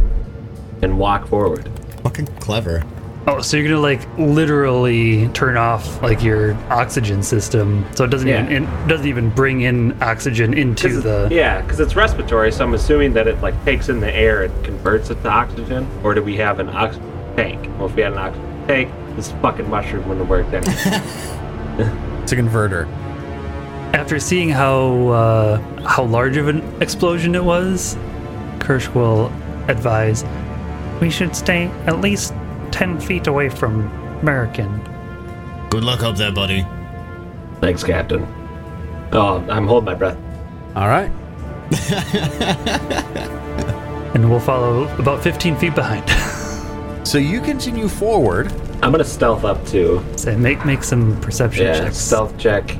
Speaker 10: And walk forward.
Speaker 3: Fucking clever.
Speaker 6: Oh, so you're gonna like literally turn off like your oxygen system, so it doesn't
Speaker 10: Yeah.
Speaker 6: even it doesn't even bring in oxygen into the.
Speaker 10: Yeah, because it's respiratory, so I'm assuming that it like takes in the air and converts it to oxygen. Or do we have an oxygen tank? Well, if we had an oxygen tank, this fucking mushroom wouldn't have worked anyway.
Speaker 2: It's a converter.
Speaker 6: After seeing how uh, how large of an explosion it was, Kirsch will advise we should stay at least ten feet away from American.
Speaker 3: Good luck up there, buddy.
Speaker 10: Thanks, Captain. Oh, I'm holding my breath.
Speaker 2: All right.
Speaker 6: and we'll follow about 15 feet behind.
Speaker 2: So you continue forward.
Speaker 10: I'm gonna stealth up too.
Speaker 6: so make make some perception
Speaker 10: Yeah,
Speaker 6: checks.
Speaker 10: stealth check.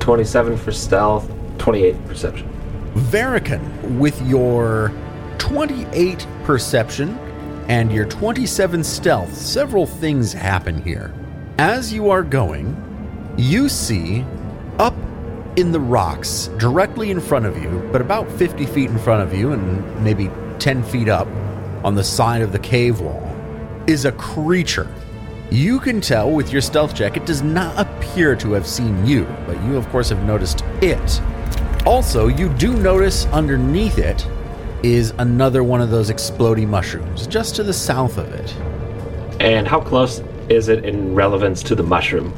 Speaker 10: 27 for stealth, 28 for perception.
Speaker 2: Varican, with your 28 perception and your 27 stealth, several things happen here. As you are going, you see up in the rocks, directly in front of you, but about 50 feet in front of you and maybe 10 feet up on the side of the cave wall, is a creature. You can tell with your stealth check, it does not appear to have seen you, but you, of course, have noticed it. Also, you do notice underneath it is another one of those exploding mushrooms, just to the south of it.
Speaker 10: And how close is it in relevance to the mushroom?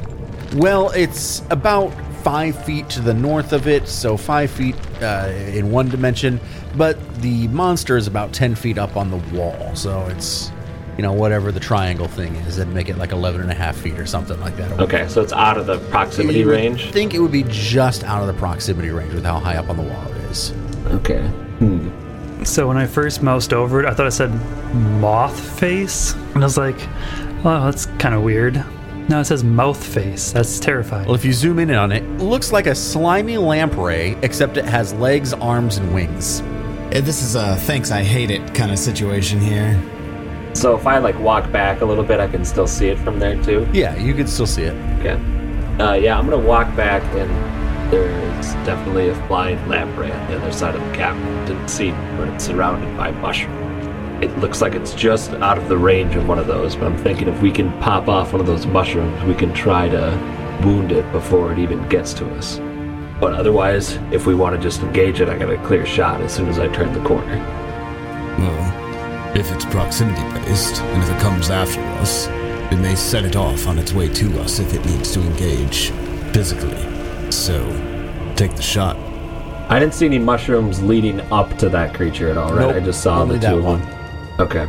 Speaker 2: Well, it's about five feet to the north of it, so five feet uh, in one dimension, but the monster is about 10 feet up on the wall, so it's, you know, whatever the triangle thing is, that'd make it like 11 and a half feet or something like that.
Speaker 10: Okay, so it's out of the proximity
Speaker 2: You would
Speaker 10: range.
Speaker 2: think it would be just out of the proximity range with how high up on the wall it is.
Speaker 10: Okay. Hmm.
Speaker 9: So when I first moused over it, I thought it said moth face. And I was like, oh, that's kind of weird. No, it says mouth face. That's terrifying.
Speaker 2: Well, if you zoom in on it, it looks like a slimy lamprey, except it has legs, arms, and wings.
Speaker 8: Eh, This is a thanks I hate it kind of situation here.
Speaker 10: So if I like walk back a little bit, I can still see it from there too.
Speaker 2: Yeah, you can still see it.
Speaker 10: Okay. Uh, yeah, I'm gonna walk back, and there's definitely a flying lamprey on the other side of the cavern. Didn't see, it, but it's surrounded by mushrooms. It looks like it's just out of the range of one of those, but I'm thinking if we can pop off one of those mushrooms, we can try to wound it before it even gets to us. But otherwise, if we want to just engage it, I got a clear shot as soon as I turn the corner.
Speaker 8: Well, if it's proximity based, and if it comes after us, it may set it off on its way to us if it needs to engage physically. So, take the shot.
Speaker 10: I didn't see any mushrooms leading up to that creature at all, right?
Speaker 2: Nope,
Speaker 10: I just saw
Speaker 2: only
Speaker 10: the two
Speaker 2: that
Speaker 10: of them.
Speaker 2: one.
Speaker 10: Okay.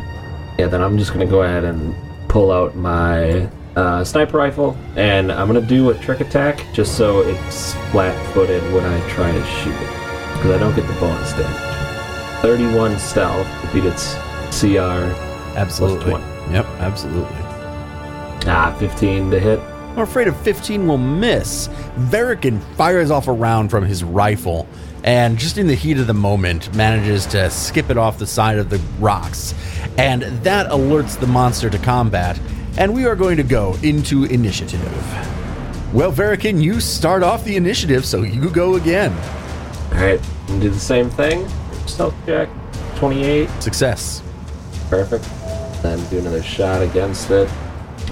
Speaker 10: Yeah, then I'm just gonna go ahead and pull out my uh, sniper rifle, and I'm gonna do a trick attack just so it's flat-footed when I try to shoot it, because I don't get the bonus damage. 31 stealth to beat its CR.
Speaker 2: Absolutely.
Speaker 10: Plus
Speaker 2: Yep, absolutely.
Speaker 10: Ah, 15 to hit.
Speaker 2: I'm afraid a 15 will miss. Varican fires off a round from his rifle and, just in the heat of the moment, manages to skip it off the side of the rocks. And that alerts the monster to combat. And we are going to go into initiative. Well, Varican, you start off the initiative, so you go again.
Speaker 10: All right, I'm gonna do the same thing. Stealth check, 28.
Speaker 2: Success.
Speaker 10: Perfect. Then do another shot against it.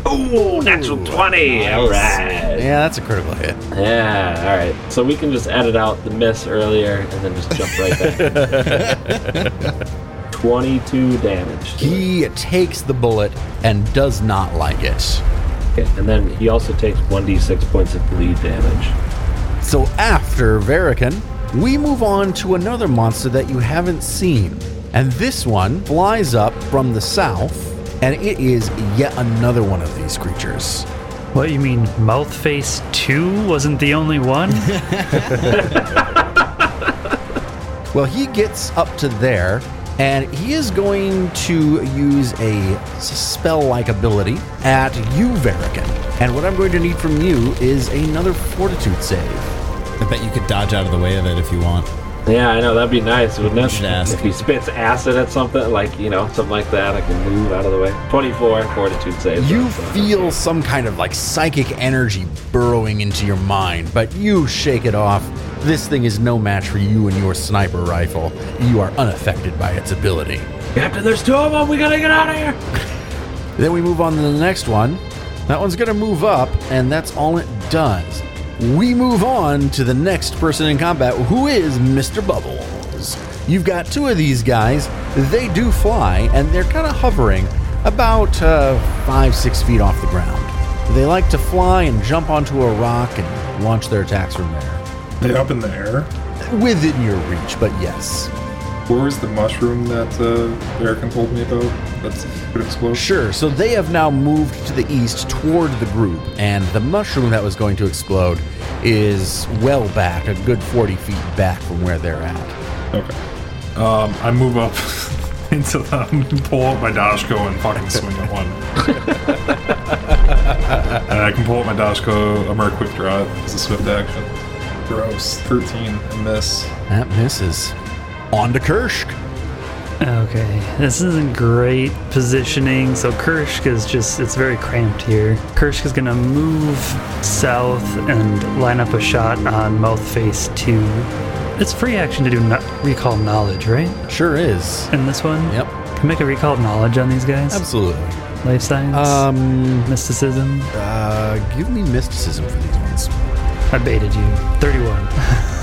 Speaker 10: Ooh, natural 20. All right.
Speaker 2: Yeah, that's a critical hit.
Speaker 10: Yeah, all right. So we can just edit out the miss earlier and then just jump right back. 22 damage. to it.
Speaker 2: He takes the bullet and does not like it.
Speaker 10: Okay, And then he also takes 1d6 points of bleed damage.
Speaker 2: So after Varican, we move on to another monster that you haven't seen. And this one flies up from the south, and it is yet another one of these creatures.
Speaker 9: What you mean, mouth face two wasn't the only one?
Speaker 2: Well, he gets up to there, and he is going to use a spell like ability at you, Varican. And what I'm going to need from you is another fortitude save.
Speaker 8: I bet you could dodge out of the way of it if you want.
Speaker 10: Yeah, I know. That'd be nice, wouldn't it?
Speaker 8: should ask.
Speaker 10: If he spits acid at something, like, you know, something like that, I can move out of the way. 24 fortitude save.
Speaker 2: You
Speaker 10: So-
Speaker 2: feel some kind of like psychic energy burrowing into your mind, but you shake it off. This thing is no match for you and your sniper rifle. You are unaffected by its ability.
Speaker 10: Captain, there's two of them. We gotta get out of here.
Speaker 2: Then we move on to the next one. That one's going to move up, and that's all it does. We move on to the next person in combat, who is Mr. Bubbles. You've got two of these guys. They do fly, and they're kind of hovering about uh, five, six feet off the ground. They like to fly and jump onto a rock and launch their attacks from there.
Speaker 5: They up in the air.
Speaker 2: Within your reach, but yes.
Speaker 5: Where was the mushroom that uh, Eric told me about? That's could explode.
Speaker 2: Sure. So they have now moved to the east toward the group, and the mushroom that was going to explode is well back, a good 40 feet back from where they're at.
Speaker 5: Okay. Um, I move up into them, pull out my Dashko, and fucking swing at one. and I can pull out my Dashko. I'm a quick draw. It's a swift action. Gross. 13. I miss.
Speaker 2: That misses. On to Kirsch.
Speaker 9: okay, this isn't great positioning. So Kirsch is just, it's very cramped here. Kirsch is gonna move south and line up a shot on mouth face two. It's free action to do no- recall knowledge, right?
Speaker 2: Sure is.
Speaker 9: In this one?
Speaker 2: Yep.
Speaker 9: Can make a recall knowledge on these guys?
Speaker 2: Absolutely.
Speaker 9: Life science?
Speaker 2: Um,
Speaker 9: mysticism?
Speaker 2: uh, give me mysticism for these ones.
Speaker 9: I baited you. 31.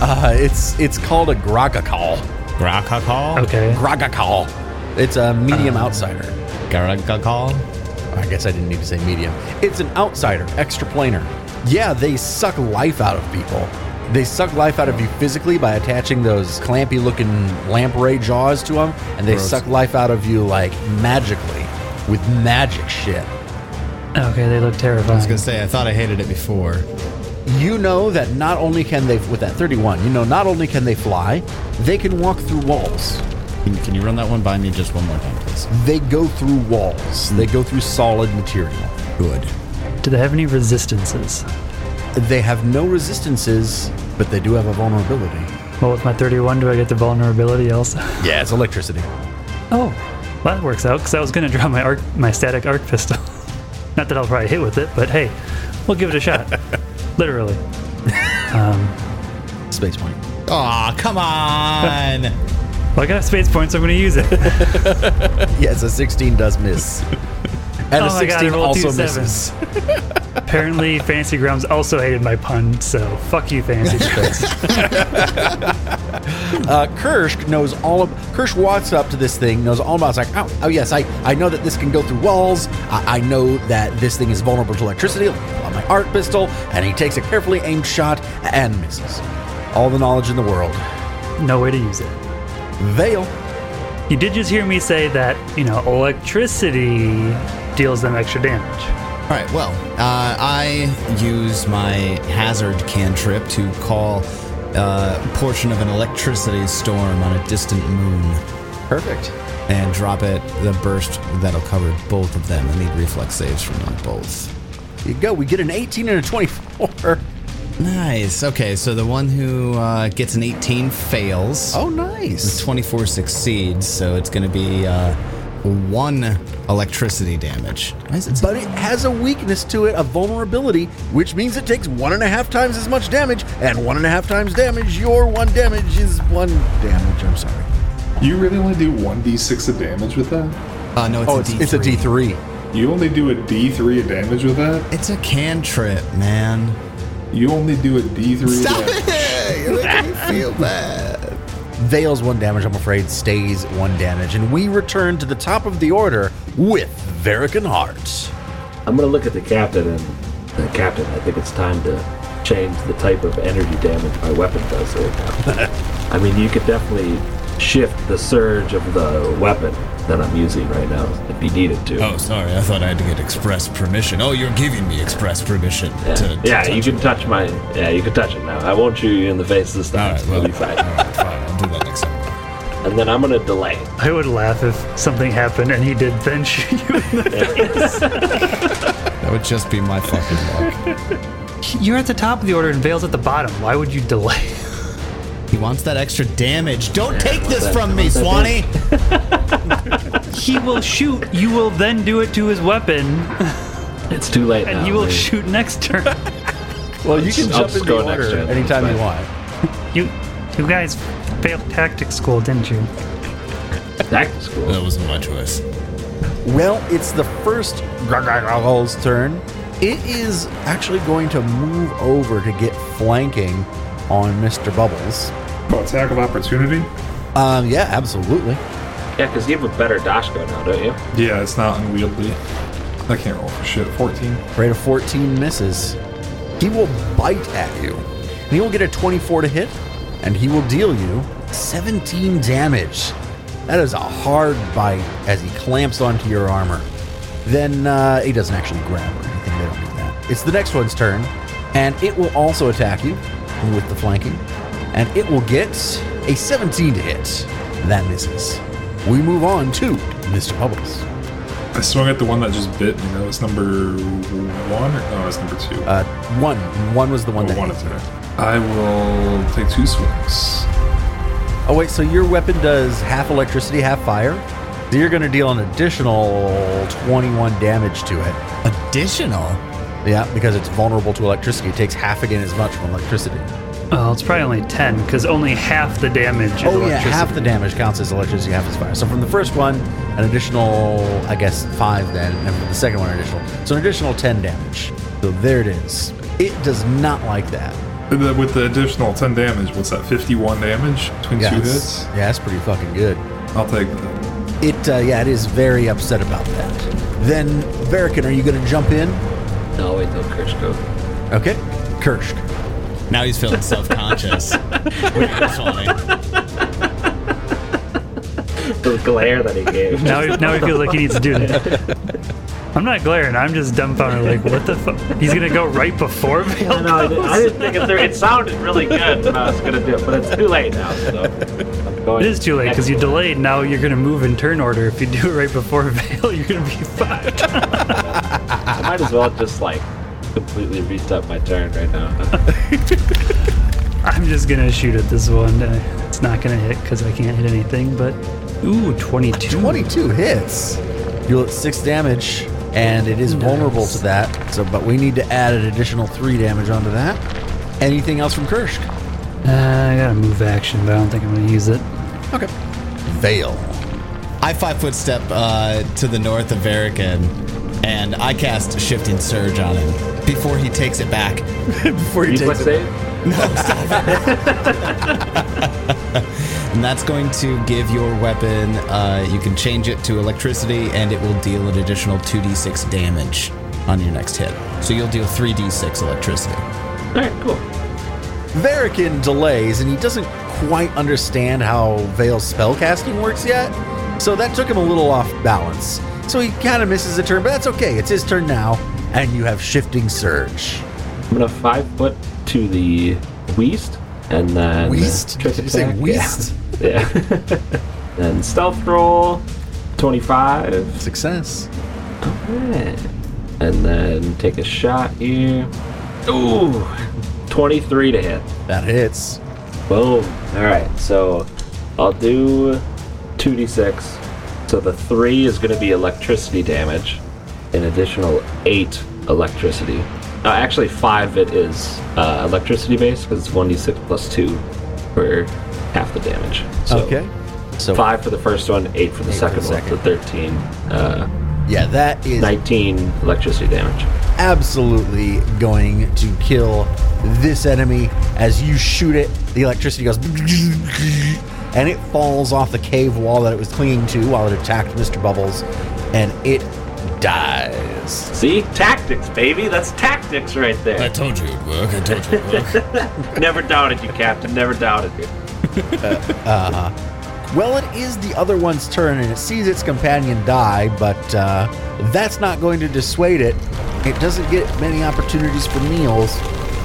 Speaker 2: Uh, it's it's called a Gragakal.
Speaker 8: Grakakal?
Speaker 9: Okay.
Speaker 2: Gragakal. It's a medium outsider.
Speaker 8: Grakakal?
Speaker 2: I guess I didn't need to say medium. It's an outsider, extraplanar. Yeah, they suck life out of people. They suck life out of you physically by attaching those clampy looking lamprey jaws to them, and they suck life out of you like magically with magic shit.
Speaker 9: Okay, they look terrifying.
Speaker 8: I was gonna say, I thought I hated it before.
Speaker 2: You know that not only can they, with that 31, you know, not only can they fly, they can walk through walls.
Speaker 8: Can, can you run that one by me just one more time, please?
Speaker 2: They go through walls. They go through solid material.
Speaker 3: Good.
Speaker 6: Do they have any resistances?
Speaker 2: They have no resistances, but they do have a vulnerability.
Speaker 6: Well, with my 31, do I get the vulnerability also?
Speaker 2: Yeah, it's electricity.
Speaker 6: Oh, well, that works out because I was going to draw my arc, my static arc pistol. Not that I'll probably hit with it, but hey, we'll give it a shot. Literally.
Speaker 2: Space point.
Speaker 8: Aw, come on!
Speaker 6: Well, I got a space point, so I'm going to use it.
Speaker 2: Yes, a 16 does miss. And
Speaker 6: Oh my
Speaker 2: a
Speaker 6: God, I
Speaker 2: 16
Speaker 6: rolled two
Speaker 2: also misses.
Speaker 6: sevens. Apparently, Fantasy Grounds also hated my pun, so fuck you, Fantasy Grounds.
Speaker 2: Uh, Kirsch knows all of. Kirsch walks up to this thing, knows all about. It's like, oh, oh yes, I, I know that this can go through walls. I, I know that this thing is vulnerable to electricity. Let me pull out my art pistol, and he takes a carefully aimed shot and misses. All the knowledge in the world.
Speaker 6: no way to use it.
Speaker 2: Veil.
Speaker 6: You did just hear me say that, you know, electricity deals them extra damage.
Speaker 8: All right, well, uh, I use my hazard cantrip to call uh, a portion of an electricity storm on a distant moon
Speaker 2: Perfect.
Speaker 8: and drop it the burst that'll cover both of them. I need reflex saves from like both.
Speaker 2: You go. We get an 18 and a 24.
Speaker 8: Nice. Okay, so the one who uh, gets an 18 fails.
Speaker 2: Oh, nice.
Speaker 8: 24 succeeds, so it's going to be uh, one electricity damage. Why is it so-
Speaker 2: But it has a weakness to it, a vulnerability, which means it takes one and a half times as much damage, and one and a half times damage, your one damage is one damage. I'm sorry.
Speaker 5: You really only do 1d6 of damage with that?
Speaker 8: Uh, no, it's,
Speaker 2: Oh,
Speaker 8: a
Speaker 2: it's,
Speaker 8: D3.
Speaker 2: it's a D3.
Speaker 5: You only do a d3 of damage with that?
Speaker 8: It's a cantrip, man.
Speaker 5: You only do a d3
Speaker 8: Stop
Speaker 5: of damage.
Speaker 8: it! You're making me feel bad.
Speaker 2: Veil's one damage, I'm afraid, stays one damage. And we return to the top of the order with Varican Heart.
Speaker 10: I'm gonna look at the captain and the captain. I think it's time to change the type of energy damage my weapon does right now. I mean, you could definitely shift the surge of the weapon that I'm using right now if you needed to.
Speaker 3: Oh, sorry. I thought I had to get express permission. Oh, you're giving me express permission
Speaker 10: yeah,
Speaker 3: to, to
Speaker 10: yeah
Speaker 3: touch
Speaker 10: you
Speaker 3: it.
Speaker 10: can touch my. Yeah, you can touch it now. I won't shoot you in the face this
Speaker 3: All
Speaker 10: time.
Speaker 3: right,
Speaker 10: so
Speaker 3: well,
Speaker 10: it'll be
Speaker 3: all
Speaker 10: fine.
Speaker 3: right, fine. I'll do that next time.
Speaker 10: And then I'm gonna delay.
Speaker 6: I would laugh if something happened and he did then shoot you.
Speaker 8: That would just be my fucking luck.
Speaker 6: You're at the top of the order and Vale's at the bottom. Why would you delay?
Speaker 8: He wants that extra damage. Don't take
Speaker 10: what's
Speaker 8: this
Speaker 10: that-
Speaker 8: from me,
Speaker 10: what's that
Speaker 8: Swanee.
Speaker 6: He will shoot. You will then do it to his weapon,
Speaker 10: It's too late
Speaker 6: and
Speaker 10: now.
Speaker 6: you will
Speaker 10: man.
Speaker 6: shoot next turn.
Speaker 2: Well, you
Speaker 10: I'll just go next turn. It's fine.
Speaker 2: want.
Speaker 6: You, you guys failed tactic school, didn't you?
Speaker 10: That's cool.
Speaker 3: That wasn't my choice.
Speaker 2: Well, it's the first Gargoyle's turn. It is actually going to move over to get flanking on Mr. Bubbles.
Speaker 5: Oh, attack of opportunity?
Speaker 2: Um, yeah, absolutely.
Speaker 10: Yeah, because you have a better dash go now, don't you?
Speaker 5: Yeah, it's not unwieldy. I can't roll for shit. 14.
Speaker 2: Rate of 14 misses. He will bite at you. And he will get a 24 to hit, and he will deal you 17 damage. That is a hard bite as he clamps onto your armor. Then uh, he doesn't actually grab or anything. They don't do that. It's the next one's turn, and it will also attack you with the flanking, and it will get a 17 to hit. That misses. We move on to Mr. Bubbles.
Speaker 5: I swung at the one that just bit me. That was number one? Or, no, it's number two.
Speaker 2: Uh, one. One was the one
Speaker 5: Oh,
Speaker 2: that
Speaker 5: one
Speaker 2: hit.
Speaker 5: attack. I will take two swings.
Speaker 2: Oh wait, so your weapon does half electricity, half fire. So you're going to deal an additional 21 damage to it.
Speaker 8: Additional.
Speaker 2: Yeah, because it's vulnerable to electricity. It takes half again as much from electricity.
Speaker 6: Well, it's probably only ten because only half the damage. Is
Speaker 2: Oh yeah,
Speaker 6: electricity.
Speaker 2: half the damage counts as electricity, half as fire. So from the first one, an additional, I guess, five then, and from the second one, an additional. So an additional 10 damage. So there it is. It does not like that.
Speaker 5: With the- With the additional 10 damage, what's that? 51 damage between two
Speaker 2: it's-
Speaker 5: hits?
Speaker 2: yeah, that's pretty fucking good.
Speaker 5: I'll take that.
Speaker 2: It, uh, yeah, it is very upset about that. Then, Varican, are you going to jump in?
Speaker 10: No, wait till Kirsch goes.
Speaker 2: Okay. Kirsch.
Speaker 8: Now he's feeling self-conscious. Wait, Swanee.
Speaker 10: the glare that he gave.
Speaker 6: Now, he- now I feel like he needs to do that. I'm not glaring. I'm just dumbfounded. Like, what the fuck? He's gonna go right before me.
Speaker 10: I know, I didn't- I didn't think it through. It sounded really good when I was gonna do it, but it's too late now. So I'm going
Speaker 6: It is too late because you delayed. Now you're gonna move in turn order. If you do it right before Vale, you're gonna be fucked.
Speaker 10: I might as well just like completely reset my turn right now.
Speaker 6: I'm just gonna shoot at this one. Uh, It's not gonna hit because I can't hit anything. But ooh, 22.
Speaker 2: 22 hits. You'll at six damage, and it is vulnerable to that. So, but we need to add an additional three damage onto that. Anything else from Kirsch?
Speaker 6: Uh, I gotta move action, but I don't think I'm gonna use it.
Speaker 2: Okay. Veil.
Speaker 3: I five foot step uh, to the north of Varican, and I cast Shifting Surge on him before he takes it back.
Speaker 2: Before you
Speaker 10: Reflex
Speaker 2: take it,
Speaker 10: save.
Speaker 3: And that's going to give your weapon, uh, you can change it to electricity, and it will deal an additional 2d6 damage on your next hit. So you'll deal 3d6 electricity.
Speaker 10: All right, cool.
Speaker 2: Varican delays, and he doesn't quite understand how Veil's spellcasting works yet. So that took him a little off balance. So he kind of misses a turn, but that's okay. It's his turn now, and you have shifting surge.
Speaker 10: I'm gonna five foot to the west and then
Speaker 2: West?
Speaker 10: trick
Speaker 2: Did you say
Speaker 10: attack.
Speaker 2: west?
Speaker 10: Yeah. yeah. then stealth roll, twenty-five,
Speaker 2: Success.
Speaker 10: and then take a shot here. Ooh, twenty-three to hit.
Speaker 2: That hits.
Speaker 10: Boom. All right, so I'll do 2d6. So the 3 is going to be electricity damage, an additional 8 electricity. Uh, actually, 5 it is uh, electricity based because it's 1d6 plus 2 for half the damage. So
Speaker 2: okay. So
Speaker 10: 5 for the first one, 8 for the second,
Speaker 2: second.
Speaker 10: one, so 13. Uh,
Speaker 2: yeah, that is
Speaker 10: 19 electricity damage.
Speaker 2: absolutely going to kill this enemy as you shoot it. The electricity goes and it falls off the cave wall that it was clinging to while it attacked Mr. Bubbles and it dies.
Speaker 10: See? Tactics, baby! That's tactics right
Speaker 8: I
Speaker 10: there.
Speaker 8: told you it'd work. I told you it'd work.
Speaker 10: Never doubted you, Captain. Never doubted you.
Speaker 2: Well, it is the other one's turn and it sees its companion die, but uh, that's not going to dissuade it. It doesn't get many opportunities for meals,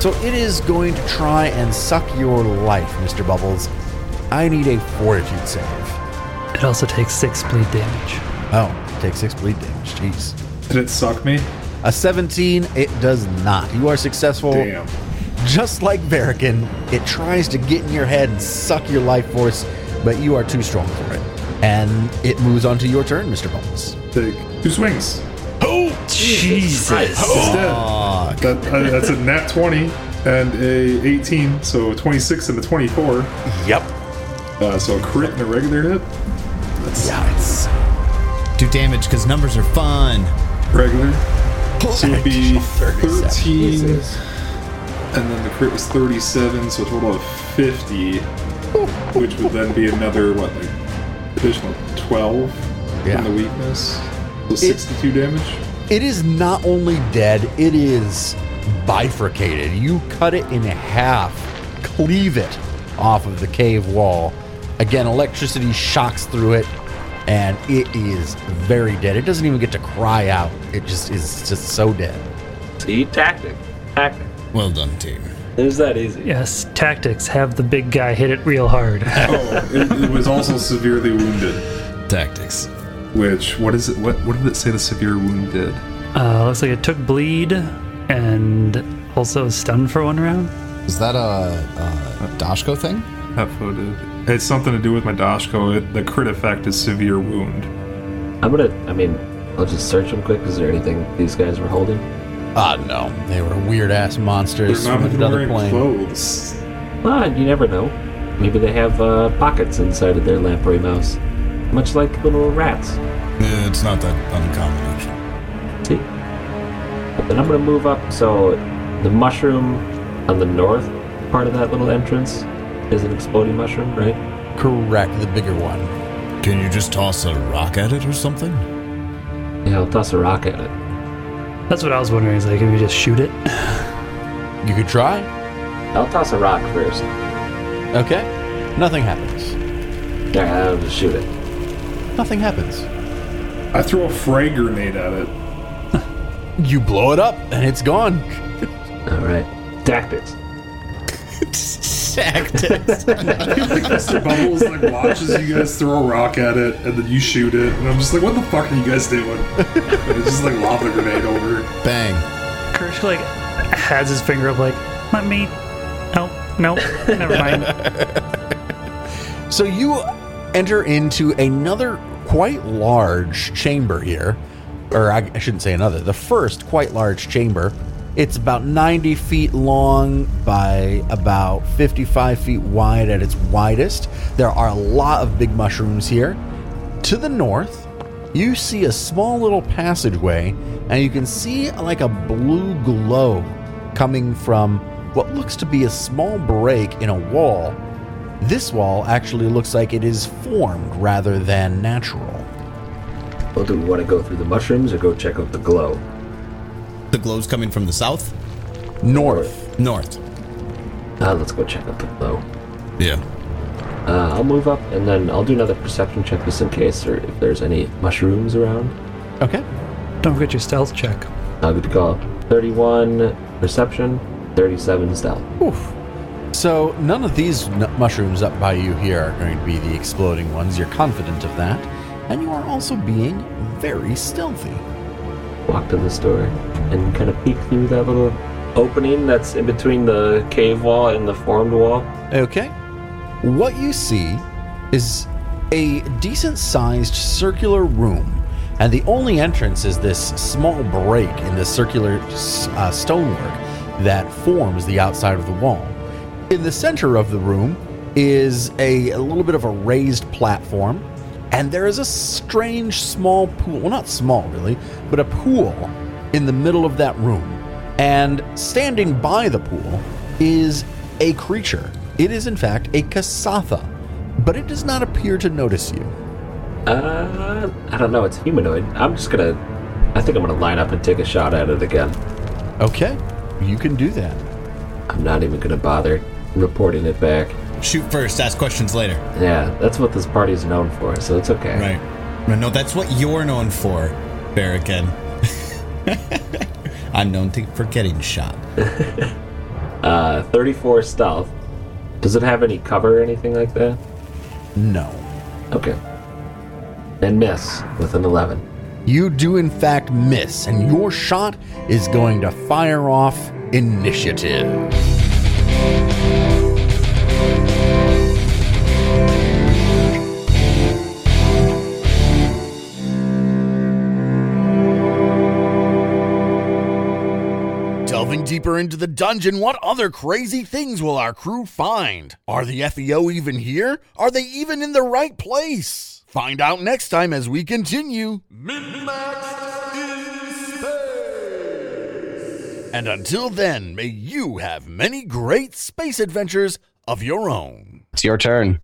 Speaker 2: so it is going to try and suck your life, Mr. Bubbles. I need a fortitude save.
Speaker 6: It also takes six bleed damage.
Speaker 2: Oh, take six bleed damage. Jeez.
Speaker 5: Did it suck me?
Speaker 2: A 17, it does not. You are successful.
Speaker 5: Damn.
Speaker 2: Just like Varican, it tries to get in your head and suck your life force, but you are too strong for it. And it moves on to your turn, Mr. Bones.
Speaker 5: Take two swings.
Speaker 6: Jesus.
Speaker 5: It's dead. That, uh, that's a nat 20 and a 18, so a 26 and a 24.
Speaker 2: Yep.
Speaker 5: Uh, so a crit and a regular hit. That's
Speaker 2: Yes.
Speaker 3: Do damage because numbers are fun.
Speaker 5: regular. So it would be
Speaker 2: 37.
Speaker 5: 13, and then the crit was 37, so a total of 50, which would then be another, what, like, additional 12
Speaker 2: Yeah.
Speaker 5: from the weakness. So 62 damage.
Speaker 2: It is not only dead, it is bifurcated. You cut it in half, cleave it off of the cave wall. Again, electricity shocks through it, and it is very dead. It doesn't even get to cry out. It just is just so dead.
Speaker 10: See? Tactic. Tactic.
Speaker 8: Well done, team.
Speaker 10: It was that easy.
Speaker 6: Yes, tactics. Have the big guy hit it real hard.
Speaker 5: Oh, it, it was also severely wounded.
Speaker 8: Tactics.
Speaker 5: Which what is it? What what did it say the severe wound did?
Speaker 6: Uh, looks like it took bleed and also stun for one round.
Speaker 3: Is that a, a Dashko thing?
Speaker 5: Hefo did. It's something to do with my Dashko. It, the crit effect is severe wound.
Speaker 10: I'm gonna. I mean, I'll just search them quick. Is there anything these guys were holding?
Speaker 2: Ah, no. They were weird ass monsters
Speaker 5: They're
Speaker 2: from
Speaker 5: not even
Speaker 2: another
Speaker 5: wearing
Speaker 2: plane.
Speaker 5: clothes.
Speaker 10: Well, you never know. Maybe they have uh, pockets inside of their lamprey mouse, much like little rats.
Speaker 8: Eh, It's not that uncommon, actually.
Speaker 10: See. Then I'm gonna move up. So, the mushroom on the north part of that little entrance is an exploding mushroom, right?
Speaker 2: Correct, the bigger one.
Speaker 8: Can you just toss a rock at it or something?
Speaker 10: Yeah, I'll toss a rock at it.
Speaker 6: That's what I was wondering. Is like, can we just shoot it?
Speaker 2: You could try.
Speaker 10: I'll toss a rock first.
Speaker 2: Okay. Nothing happens.
Speaker 10: Yeah, I'll just shoot it.
Speaker 2: Nothing happens.
Speaker 5: I throw a frag grenade at it.
Speaker 2: You blow it up and it's gone.
Speaker 10: All right. Tactics.
Speaker 5: Mr. Bubbles like watches you guys throw a rock at it, and then you shoot it, and I'm just like, what the fuck are you guys doing? And it's just like lava grenade over.
Speaker 11: Bang.
Speaker 9: Kirsch like has his finger up, like, let me. Nope, nope, never mind.
Speaker 2: So you enter into another quite large chamber here, or I, I shouldn't say another, the first quite large chamber. It's about 90 feet long by about 55 feet wide at its widest. There are a lot of big mushrooms here. To the north, you see a small little passageway, and you can see like a blue glow coming from what looks to be a small break in a wall this wall actually looks like it is formed rather than natural.
Speaker 10: Well, do we want to go through the mushrooms or go check out the glow?
Speaker 11: The glow's coming from the south?
Speaker 2: North.
Speaker 11: North.
Speaker 10: Uh, let's go check out the glow.
Speaker 8: Yeah.
Speaker 10: Uh, I'll move up and then I'll do another perception check just in case, or if there's any mushrooms around.
Speaker 2: Okay.
Speaker 9: Don't forget your stealth check.
Speaker 10: Uh, good call. 31 perception, 37 stealth.
Speaker 2: Oof. So none of these n- mushrooms up by you here are going to be the exploding ones. You're confident of that, and you are also being very stealthy.
Speaker 10: Walk to the store and kind of peek through that little opening that's in between the cave wall and the formed wall.
Speaker 2: Okay. What you see is a decent sized circular room, and the only entrance is this small break in the circular s- uh, stonework that forms the outside of the wall. In the center of the room is a, a little bit of a raised platform, and there is a strange small pool. Well, not small, really, but a pool in the middle of that room. And standing by the pool is a creature. It is, in fact, a Kasatha, but it does not appear to notice you.
Speaker 10: Uh, I don't know. It's humanoid. I'm just gonna. I think I'm gonna line up and take a shot at it again.
Speaker 2: Okay, you can do that.
Speaker 10: I'm not even gonna bother reporting it back.
Speaker 11: Shoot first, ask questions later.
Speaker 10: Yeah, that's what this party is known for, so it's okay.
Speaker 11: Right. No, no, that's what you're known for, Barrican. I'm known to, for getting shot.
Speaker 10: Uh, 34 stealth. Does it have any cover or anything like that?
Speaker 2: No.
Speaker 10: Okay. And miss with an 11.
Speaker 2: You do, in fact, miss, and your shot is going to fire off initiative.
Speaker 1: Delving deeper into the dungeon, what other crazy things will our crew find? Are the FEO even here? Are they even in the right place? Find out next time as we continue. And until then, may you have many great space adventures of your own.
Speaker 3: It's your turn.